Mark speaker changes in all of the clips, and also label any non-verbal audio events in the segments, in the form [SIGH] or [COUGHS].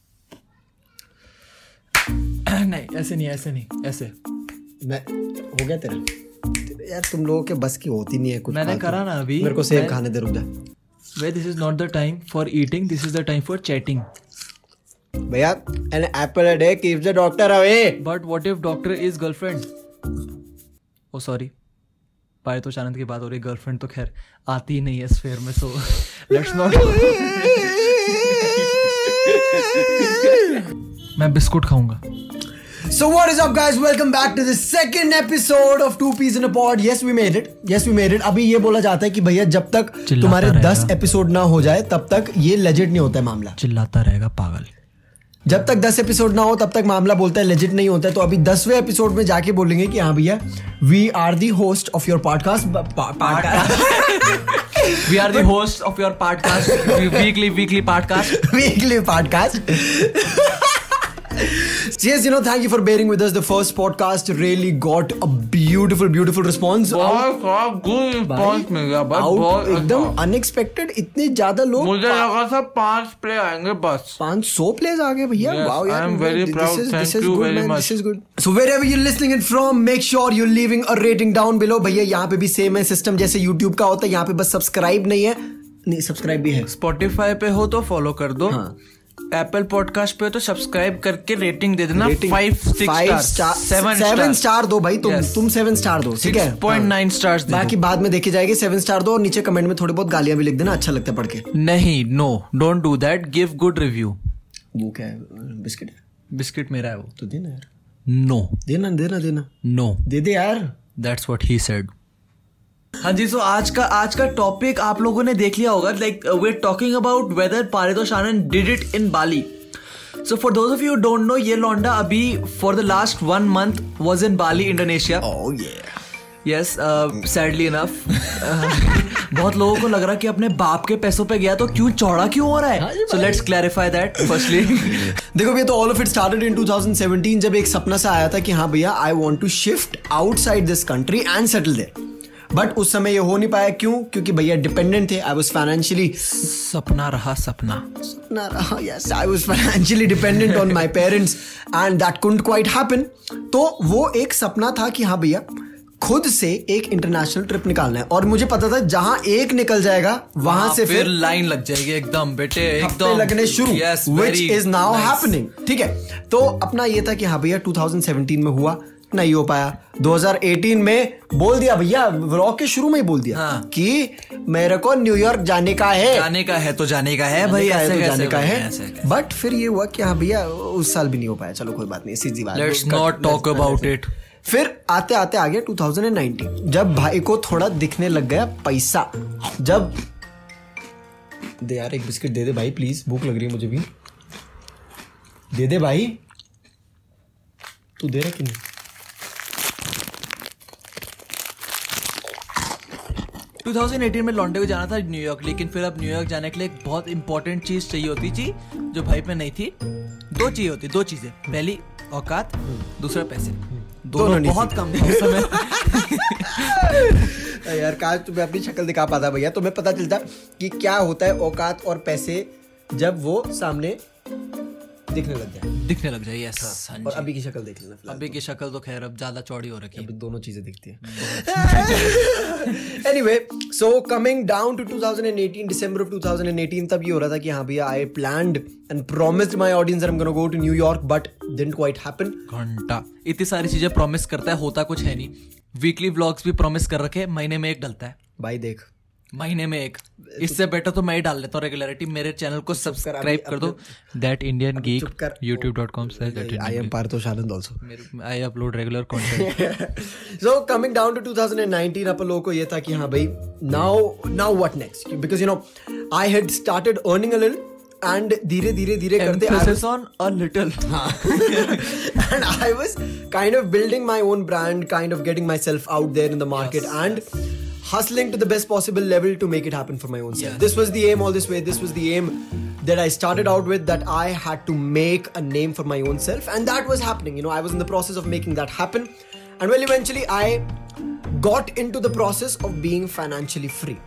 Speaker 1: [COUGHS] नहीं ऐसे नहीं ऐसे नहीं ऐसे
Speaker 2: मैं हो गया तेरा यार तुम लोगों के बस की होती नहीं है कुछ
Speaker 1: मैंने
Speaker 2: फालतू।
Speaker 1: करा ना अभी,
Speaker 2: मेरे को सेब
Speaker 1: मैं-
Speaker 2: खाने दे रुक जा
Speaker 1: वे this is not the time for eating this is the time for chatting
Speaker 2: भैया an apple a day keeps the doctor away
Speaker 1: but what if doctor is girlfriend oh sorry पाए Oh, तो आनंद की बात हो रही गर्लफ्रेंड तो खैर आती ही नहीं है स्फेयर में सो लेट्स नॉट मैं बिस्कुट खाऊंगा
Speaker 2: So what is up guys welcome back to the second episode of Two Peas in a Pod yes we made it yes we made it अभी ये बोला जाता है कि भैया जब तक
Speaker 1: चिल्लाता
Speaker 2: तुम्हारे
Speaker 1: रहेगा।
Speaker 2: 10 एपिसोड ना हो जाए तब तक ये लेजिट नहीं होता है मामला
Speaker 1: चिल्लाता रहेगा पागल
Speaker 2: जब तक 10 एपिसोड ना हो तब तक मामला बोलता है लेजिट नहीं होता है तो अभी 10वें एपिसोड में जाके बोलेंगे कि हाँ भैया we are the host of your podcast
Speaker 1: [LAUGHS]
Speaker 2: [LAUGHS] podcast
Speaker 1: we are the host of your podcast weekly weekly podcast
Speaker 2: weekly podcast [LAUGHS] Yes, you know, thank you for bearing with us. The first podcast really got a beautiful, beautiful response.
Speaker 3: बहुत खराब good response मिल गया भाई
Speaker 2: out
Speaker 3: बहुत
Speaker 2: एकदम
Speaker 3: अच्छा।
Speaker 2: Unexpected इतने ज्यादा लोग
Speaker 3: मुझे लगा था पांच प्ले आएंगे बस
Speaker 2: पांच सौ प्लेयर्स आ गए भैया
Speaker 3: Yes,
Speaker 2: वाओ
Speaker 3: I
Speaker 2: यार
Speaker 3: am very
Speaker 2: this
Speaker 3: proud.
Speaker 2: is-
Speaker 3: Thank
Speaker 2: this is
Speaker 3: you
Speaker 2: good,
Speaker 3: very
Speaker 2: man.
Speaker 3: much.
Speaker 2: This is good. So wherever you're listening it from, make sure you're leaving a rating down below. भैया यहाँ पे भी same है system जैसे YouTube का होता है यहाँ पे बस सब्सक्राइब नहीं है नहीं सब्सक्राइब भी है
Speaker 3: स्पॉटिफाई पे हो तो फॉलो कर दो
Speaker 2: हाँ।
Speaker 3: एप्पल पॉडकास्ट पे तो सब्सक्राइब करके रेटिंग दे देना
Speaker 2: Rating-
Speaker 3: five
Speaker 2: five
Speaker 3: six
Speaker 2: star-
Speaker 3: star seven
Speaker 2: seven star दो भाई तुम
Speaker 3: Yes.
Speaker 2: तुम सेवन स्टार दो ठीक है हाँ।
Speaker 3: सिक्स पॉइंट नाइन स्टार
Speaker 2: बाकी बाद में देखी जाएगी सेवन स्टार दो और नीचे कमेंट में थोड़ी बहुत गालियां भी लिख देना अच्छा लगता है पढ़ के
Speaker 3: नहीं no don't do that give good review
Speaker 2: वो क्या है बिस्किट
Speaker 1: बिस्किट मेरा है वो
Speaker 2: तो देना यार
Speaker 3: नो
Speaker 2: देना देना देना
Speaker 3: नो
Speaker 2: दे दे यार
Speaker 3: दैट्स व्हाट ही सेड हाँ जी सो आज का आज का टॉपिक आप लोगों ने देख लिया होगा uh, like we are talking about weather Paritosh Anand did it in Bali so for those of you don't know ये लौंडा अभी for the last one month was in Bali Indonesia
Speaker 2: Oh yeah.
Speaker 3: Yes sadly enough Uh, [LAUGHS] बहुत लोगों को लग रहा कि अपने बाप के पैसों पे गया तो क्यों चौड़ा क्यों हो रहा है so let's clarify that firstly
Speaker 2: देखो भैया तो all of it started in 2017 जब एक सपना सा आया था कि हाँ भैया I want to shift outside this country and settle there but उस समय ये हो नहीं पाया क्यों क्योंकि भैया डिपेंडेंट थे आई वाज फाइनेंशियली
Speaker 3: [LAUGHS] सपना रहा सपना
Speaker 2: ना रहा yes I was financially dependent on my parents and that couldn't quite happen तो वो एक सपना था कि हाँ भैया खुद से एक इंटरनेशनल ट्रिप निकालना है और मुझे पता था जहां एक निकल जाएगा वहां
Speaker 1: हाँ,
Speaker 2: से फिर
Speaker 3: लाइन लग जाएगी एकदम बेटे
Speaker 2: हाँ, हफ्ते लगने शुरू विच इज नाउ हैपनिंग ठीक है तो अपना ये था कि हाँ भैया 2017 में हुआ नहीं हो पाया 2018 में बोल दिया भैया व्लॉग के शुरू में ही बोल दिया
Speaker 3: हाँ।
Speaker 2: कि मेरे को न्यूयॉर्क जाने का है
Speaker 3: जाने का है तो जाने का है
Speaker 2: जाने
Speaker 3: भाई
Speaker 2: का है
Speaker 3: ऐसे
Speaker 2: तो
Speaker 3: कैसे
Speaker 2: जाने का
Speaker 3: भाई, ऐसे
Speaker 2: है
Speaker 3: कैसे?
Speaker 2: बट फिर ये हुआ कि हाँ भैया उस साल भी नहीं हो पाया चलो कोई बात नहीं सीधी बात है।
Speaker 3: Let's
Speaker 2: Cut-
Speaker 3: not talk
Speaker 2: let's-
Speaker 3: about
Speaker 2: let's-
Speaker 3: it.
Speaker 2: फिर आते आते आ गया 2019 जब भाई को थोड़ा दिखने लग गया पैसा जब दे यार एक बिस्किट दे दे भाई प्लीज भूख लग रही है मुझे भी दे दे भाई तू दे रहा कि नहीं
Speaker 1: है 2018 में लॉन्डे को जाना था न्यूयॉर्क लेकिन फिर अब न्यूयॉर्क जाने के लिए एक बहुत इंपॉर्टेंट चीज चाहिए होती थी जो भाई पे नहीं थी दो चाहिए होती दो चीजें पहली औकात दूसरा पैसे
Speaker 2: दोनों
Speaker 1: दोनों
Speaker 2: नहीं
Speaker 1: बहुत कम था उस समय
Speaker 2: [LAUGHS] अरे यार काश तुम्हें अपनी शक्ल दिखा पाता भैया तुम्हें पता चलता कि क्या होता है औकात और पैसे जब वो सामने दिखने लग जाए
Speaker 1: दिखने लग जाए यस
Speaker 2: और अभी की शक्ल देख लेना फिलहाल।
Speaker 1: अभी की शक्ल तो खैर अब ज्यादा चौड़ी हो रखी है
Speaker 2: अभी दोनों चीजें दिखती है anyway so coming down to 2018 December of 2018 तब ये हो रहा था कि हाँ भैया आई planned and promised my audience I am gonna go to New York but didn't quite happen
Speaker 1: घंटा इतनी सारी चीजें प्रॉमिस करता है होता कुछ है नहीं वीकली व्लॉग्स भी प्रॉमिस कर रखे हैं, महीने में एक डलता है
Speaker 2: भाई देख
Speaker 1: महीने में एक इससे बेटर तो मैं ही डाल देता हूँ रेगुलरिटी मेरे चैनल को सब्सक्राइब कर दो दैट इंडियन
Speaker 2: चुप कर।
Speaker 1: Geek YouTube dot com that
Speaker 2: [LAUGHS] I am Paritosh Anand also
Speaker 1: I upload regular
Speaker 2: [LAUGHS]
Speaker 1: content
Speaker 2: so coming down to 2019 अपन लोगों को ये था कि हाँ भाई now now what next because you know I had started earning a little and धीरे धीरे धीरे करते I was-
Speaker 1: emphasis on a little हाँ। [LAUGHS]
Speaker 2: and I was kind of building my own brand, kind of getting myself out there in the market and hustling to the best possible level to make it happen for my own self. This was the aim all this way. This was the aim that I started out with that I had to make a name for my own self. And that was happening. You know, I was in the process of making that happen. And well, eventually I got into the process of being financially free.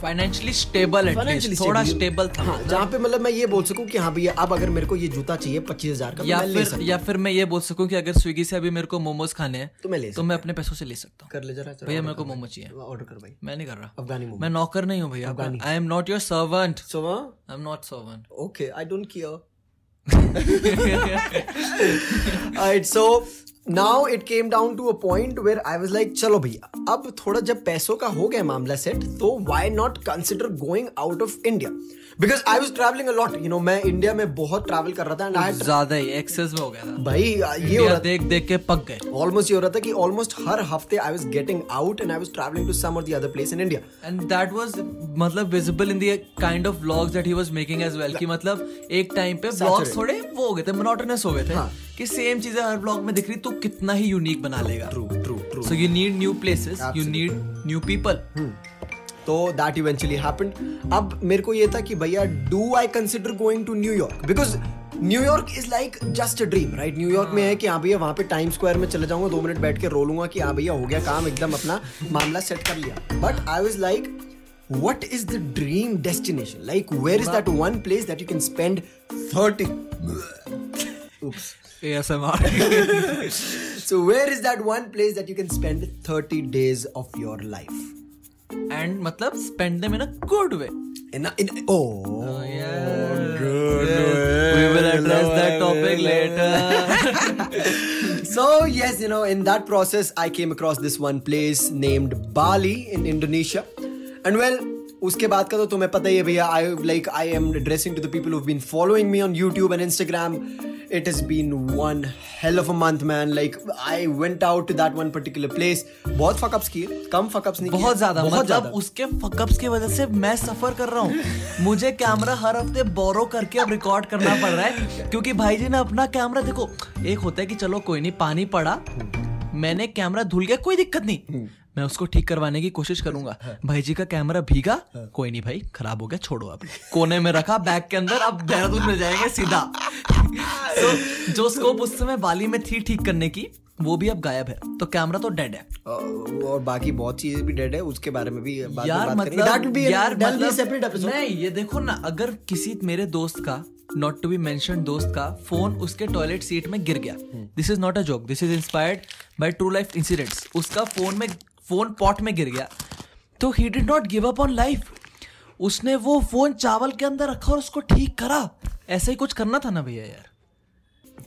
Speaker 1: Financially stable
Speaker 2: Financially
Speaker 1: at least थोड़ा
Speaker 2: stable.
Speaker 1: Stable था
Speaker 2: हाँ जहाँ पे मतलब मैं ये बोल सकूं कि हाँ भैया अब अगर मेरे को ये जूता चाहिए पच्चीस हजार का तो
Speaker 1: या
Speaker 2: मैं ले
Speaker 1: फिर
Speaker 2: सकता
Speaker 1: या फिर मैं ये बोल सकूं कि अगर स्विगी से अभी मेरे को मोमोज खाने हैं
Speaker 2: तो मैं ले
Speaker 1: तो मैं अपने पैसों से ले सकता हूँ
Speaker 2: कर ले जरा
Speaker 1: भैया मेरे को मोमो चाहिए
Speaker 2: ऑर्डर कर भाई
Speaker 1: मैं नहीं कर रहा
Speaker 2: अफगानी मोमो
Speaker 1: मैं नौकर नहीं हूँ भैया I am not your servant
Speaker 2: so
Speaker 1: I am not servant
Speaker 2: okay I don't
Speaker 1: [LAUGHS]
Speaker 2: care right so now it came down to a point where I was like चलो भैया अब थोड़ा जब पैसों का हो गया मामला सेट तो why not consider going out of India because I was travelling a lot you know मैं इंडिया में बहुत ट्रैवल कर रहा था एंड आई
Speaker 1: ज्यादा ही एक्सेस में हो गया था
Speaker 2: भाई ये हो
Speaker 1: इंडिया
Speaker 2: रहा
Speaker 1: देख देख के पक गए
Speaker 2: ऑलमोस्ट ये हो रहा था कि ऑलमोस्ट हर हफ्ते I was getting out and I was travelling to some और the other place in India
Speaker 1: and that was मतलब visible in the kind of vlogs that he was making as well कि मतलब एक time पे
Speaker 2: Saturated.
Speaker 1: व्लॉग्स थोड़े वो हो गए थे मोनोटोनस हो गए थे
Speaker 2: हाँ.
Speaker 1: कि सेम चीजें हर व्लॉग में दिख रही तो कितना ही यूनिक बना लेगा
Speaker 2: true true true
Speaker 1: so you need new places you need new people
Speaker 2: तो दैट इवेंचुअली हैपेंड अब मेरे को ये था कि भैया do I consider going to New York because New York is like just a dream right New York में है कि हाँ भैया वहाँ पे टाइम स्क्वायर में चले जाऊंगा दो मिनट बैठ के रोलूंगा कि हाँ भैया हो गया काम एकदम अपना मामला सेट कर लिया but I was like what is the dream destination like where is that one place that you can spend thirty [LAUGHS]
Speaker 1: [LAUGHS] ASMR
Speaker 2: so where is that one place that you can spend thirty days of your life
Speaker 1: and मतलब spend them in a good way
Speaker 2: In, in, oh, good.
Speaker 1: We will address that topic later
Speaker 2: So yes, you know, in that process, I came across this one place named Bali in Indonesia, and well. उसके बाद का तो तुम्हें पता ही है भैया I like I am addressing to the people who've been following me on YouTube and Instagram. It has been one hell of a month, man. Like I went out to that one particular place. बहुत fuck-ups किए कम fuck-ups नहीं किए
Speaker 1: बहुत ज्यादा
Speaker 2: बहुत
Speaker 1: मतलब
Speaker 2: ज्यादा।
Speaker 1: उसके फकअप्स की वजह से मैं सफर कर रहा हूँ मुझे कैमरा हर हफ्ते बोरो करके अब रिकॉर्ड करना पड़ रहा है क्योंकि भाई जी ने अपना कैमरा देखो एक होता है कि चलो कोई नहीं पानी पड़ा मैंने कैमरा धुल गया कोई दिक्कत नहीं मैं उसको ठीक करवाने की कोशिश करूंगा भाई जी का कैमरा भीगा कोई नहीं भाई खराब हो गया छोड़ो अब कोने में रखा बैग के अंदर अब देहरादून में जाएंगे सीधा So, जो स्कोप उस समय बाली में थी ठीक करने की वो भी अब गायब है तो कैमरा तो डेड है
Speaker 2: अ, और बाकी बहुत चीजें भी डेड है उसके बारे में भी बाद में
Speaker 1: यार
Speaker 2: बात करेंगे
Speaker 1: मतलब
Speaker 2: दैट विल बी
Speaker 1: यार
Speaker 2: दैट विल बी
Speaker 1: मतलब-
Speaker 2: सेपरेट एपिसोड
Speaker 1: नहीं ये देखो ना अगर किसी मेरे दोस्त का नॉट टू बी मेंशन दोस्त का फोन उसके टॉयलेट सीट में गिर गया
Speaker 2: hmm.
Speaker 1: This is not a joke this is inspired by true life incidents उसका फोन में फोन पॉट में गिर गया तो he did not give up on life उसने वो फोन चावल के अंदर रखा और उसको ठीक करा ऐसा ही कुछ करना था ना भैया यार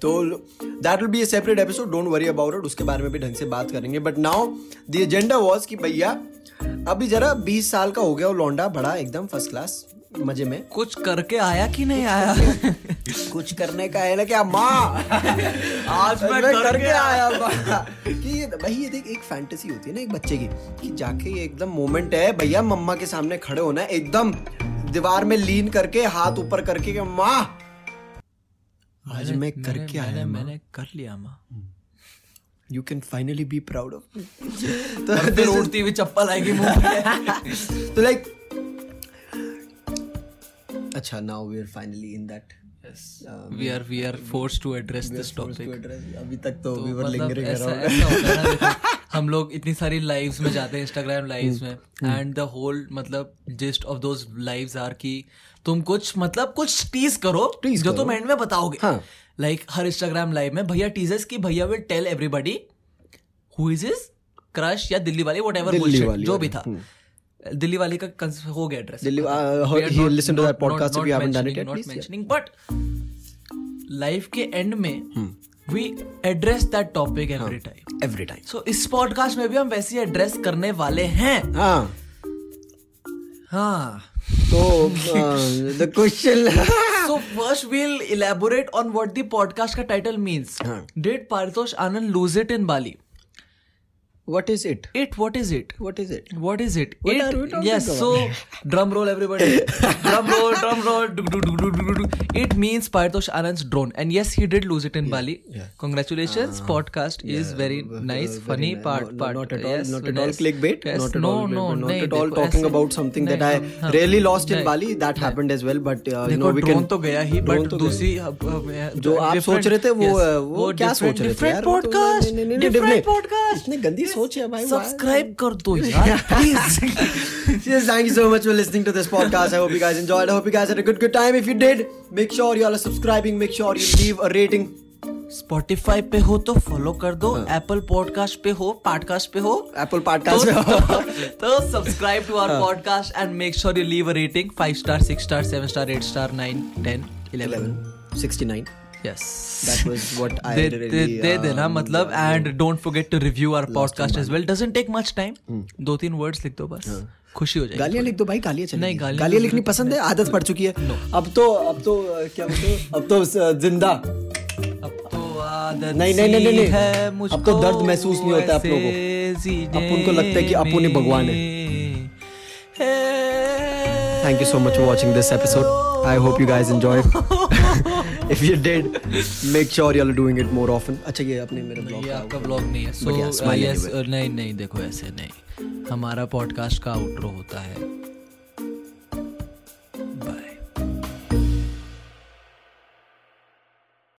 Speaker 2: तो that will be a separate episode don't worry about it उसके बारे में भी ढंग से बात करेंगे but now the agenda was कि भैया अभी जरा 20 साल का हो गया और लौंडा बड़ा एकदम फर्स्ट क्लास मजे में
Speaker 1: कुछ करके आया कि नहीं आया [LAUGHS]
Speaker 2: कुछ करने का है ना क्या माँ आज
Speaker 1: मैं डर
Speaker 2: करके
Speaker 1: गया।
Speaker 2: आया माँ। कि ये तो भाई ये देख एक फैंटेसी होती है ना एक बच्चे की कि जाके ये एकदम मोमेंट है भैया मम्मा के सामने खड़े होना है, एकदम दीवार में लीन करके हाथ ऊपर करके कि माँ आज मैं
Speaker 1: मैंने-
Speaker 2: करके आया
Speaker 1: मैंने-
Speaker 2: माँ
Speaker 1: मैंने कर लिया माँ
Speaker 2: you can finally be proud of
Speaker 1: [LAUGHS] और फिर उड़ती हुई चप्पल आएगी मुंह में
Speaker 2: [LAUGHS] तो लाइक अच्छा now we are finally in that
Speaker 1: we are we are forced to address this topic
Speaker 2: अभी तक तो वी वर
Speaker 1: मतलब
Speaker 2: लिंगरिंग
Speaker 1: ऐसा ऐसा होता है ना देखो, हम लोग इतनी सारी लाइव्स में जाते हैं इंस्टाग्राम लाइव्स में एंड द होल मतलब gist of those lives are कि तुम कुछ मतलब कुछ टीज करो
Speaker 2: Tease
Speaker 1: जो
Speaker 2: करो।
Speaker 1: तुम एंड में बताओगे
Speaker 2: हाँ।
Speaker 1: लाइक हर इंस्टाग्राम लाइव में भैया टीजर्स की भैया will tell everybody who is is crush या दिल्ली वाली वट
Speaker 2: दिल्ली
Speaker 1: एवर
Speaker 2: वाली
Speaker 1: जो
Speaker 2: वाली,
Speaker 1: भी था दिल्ली वाली का cons- हो गया address
Speaker 2: Delhi- uh, he- he listen to that podcast if you haven't done it yet, please, Hmm. yeah.
Speaker 1: But life के एंड में we address that topic every time
Speaker 2: every time
Speaker 1: so इस पॉडकास्ट में भी हम वैसे ही address करने वाले हैं
Speaker 2: हाँ
Speaker 1: हाँ
Speaker 2: तो [LAUGHS] the question
Speaker 1: so first we'll elaborate on what the podcast का टाइटल मींस
Speaker 2: हाँ.
Speaker 1: Did Paritosh Anand lose it in Bali
Speaker 2: what is it
Speaker 1: it what is it
Speaker 2: what is it
Speaker 1: What is it?
Speaker 2: What
Speaker 1: it
Speaker 2: are we talking
Speaker 1: yes,
Speaker 2: about?
Speaker 1: so drum roll
Speaker 2: [LAUGHS]
Speaker 1: everybody. drum roll, drum roll. Do, do, do, do, do, do. It means Paritosh Anand's drone. And yes, he did lose it in Bali. Congratulations. podcast is very nice,
Speaker 2: Uh, very
Speaker 1: funny
Speaker 2: nice.
Speaker 1: part.
Speaker 2: No, no,
Speaker 1: part.
Speaker 2: not at all-
Speaker 1: yes,
Speaker 2: not at all
Speaker 1: yes.
Speaker 2: clickbait,
Speaker 1: Yes,
Speaker 2: not at
Speaker 1: no,
Speaker 2: all
Speaker 1: no,
Speaker 2: clickbait, not
Speaker 1: nahi,
Speaker 2: at all
Speaker 1: देखो,
Speaker 2: talking
Speaker 1: ऐसे-
Speaker 2: about something that
Speaker 1: नहीं,
Speaker 2: I
Speaker 1: हाँ,
Speaker 2: really lost in
Speaker 1: नहीं.
Speaker 2: Bali, that happened as well, but, uh, you
Speaker 1: देखो,
Speaker 2: know, we
Speaker 1: drone
Speaker 2: can-
Speaker 1: तो गया ही
Speaker 2: drone
Speaker 1: but
Speaker 2: तो गया।
Speaker 1: दूसरी अब- अब- अब-
Speaker 2: जो आप
Speaker 1: different-
Speaker 2: सोच रहे थे वो uh,
Speaker 1: yes,
Speaker 2: वो क्या सोच रहे थे
Speaker 1: different
Speaker 2: यार? वो तो-
Speaker 1: podcast
Speaker 2: नहीं, नहीं, नहीं, नहीं,
Speaker 1: different
Speaker 2: different-
Speaker 1: podcast
Speaker 2: इतने गंदी
Speaker 1: This
Speaker 2: सोच है भाई
Speaker 1: सब्सक्राइब कर दो
Speaker 2: [LAUGHS]
Speaker 1: यार please
Speaker 2: [LAUGHS] Yes, thank you so much for listening to this podcast. I hope you guys enjoyed. I hope you guys had a good good time. If you did, make sure you all are subscribing. Make sure you leave a rating.
Speaker 1: Spotify पे हो तो follow कर दो Apple podcast पे हो podcast पे हो
Speaker 2: हाँ। Apple Podcast पे हो। [LAUGHS] हाँ।
Speaker 1: तो subscribe to our podcast and make sure you leave a rating 5 star 6 star 7 star 8 star 9 10 11
Speaker 2: 69.
Speaker 1: Yes
Speaker 2: That was what I uh,
Speaker 1: they
Speaker 2: did.
Speaker 1: दे दे देना मतलब and don't forget to review our podcast as well doesn't take much
Speaker 2: Hmm.
Speaker 1: Time दो तीन words लिख दो बस
Speaker 2: हाँ।
Speaker 1: खुशी हो जाएगी
Speaker 2: गालियां लिख दो भाई गालियां चलेंगी
Speaker 1: नहीं, गालियां
Speaker 2: गालियां लिखनी पसंद है आदत पड़ चुकी है अब तो अब तो अ, क्या बोलते हैं? अब तो अ,
Speaker 1: [LAUGHS]
Speaker 2: जिंदा
Speaker 1: अब तो आदत
Speaker 2: नहीं, नहीं, नहीं,
Speaker 1: सी
Speaker 2: नहीं।
Speaker 1: है
Speaker 2: अब तो
Speaker 1: मुझको
Speaker 2: दर्द महसूस नहीं होता आप लोगों को।
Speaker 1: ऐसे जीने
Speaker 2: अब उनको लगता है कि अपू ने भगवान है।
Speaker 1: में।
Speaker 2: Thank you so much for watching this episode. I hope you guys enjoyed. if you did, make sure y'all are doing it more often. अच्छा ये अपने मेरे ब्लॉग
Speaker 1: [LAUGHS] ये आपका ब्लॉग नहीं है uh, so
Speaker 2: But yeah, smile
Speaker 1: yes नहीं नहीं देखो ऐसे नहीं हमारा पॉडकास्ट का आउटरो होता है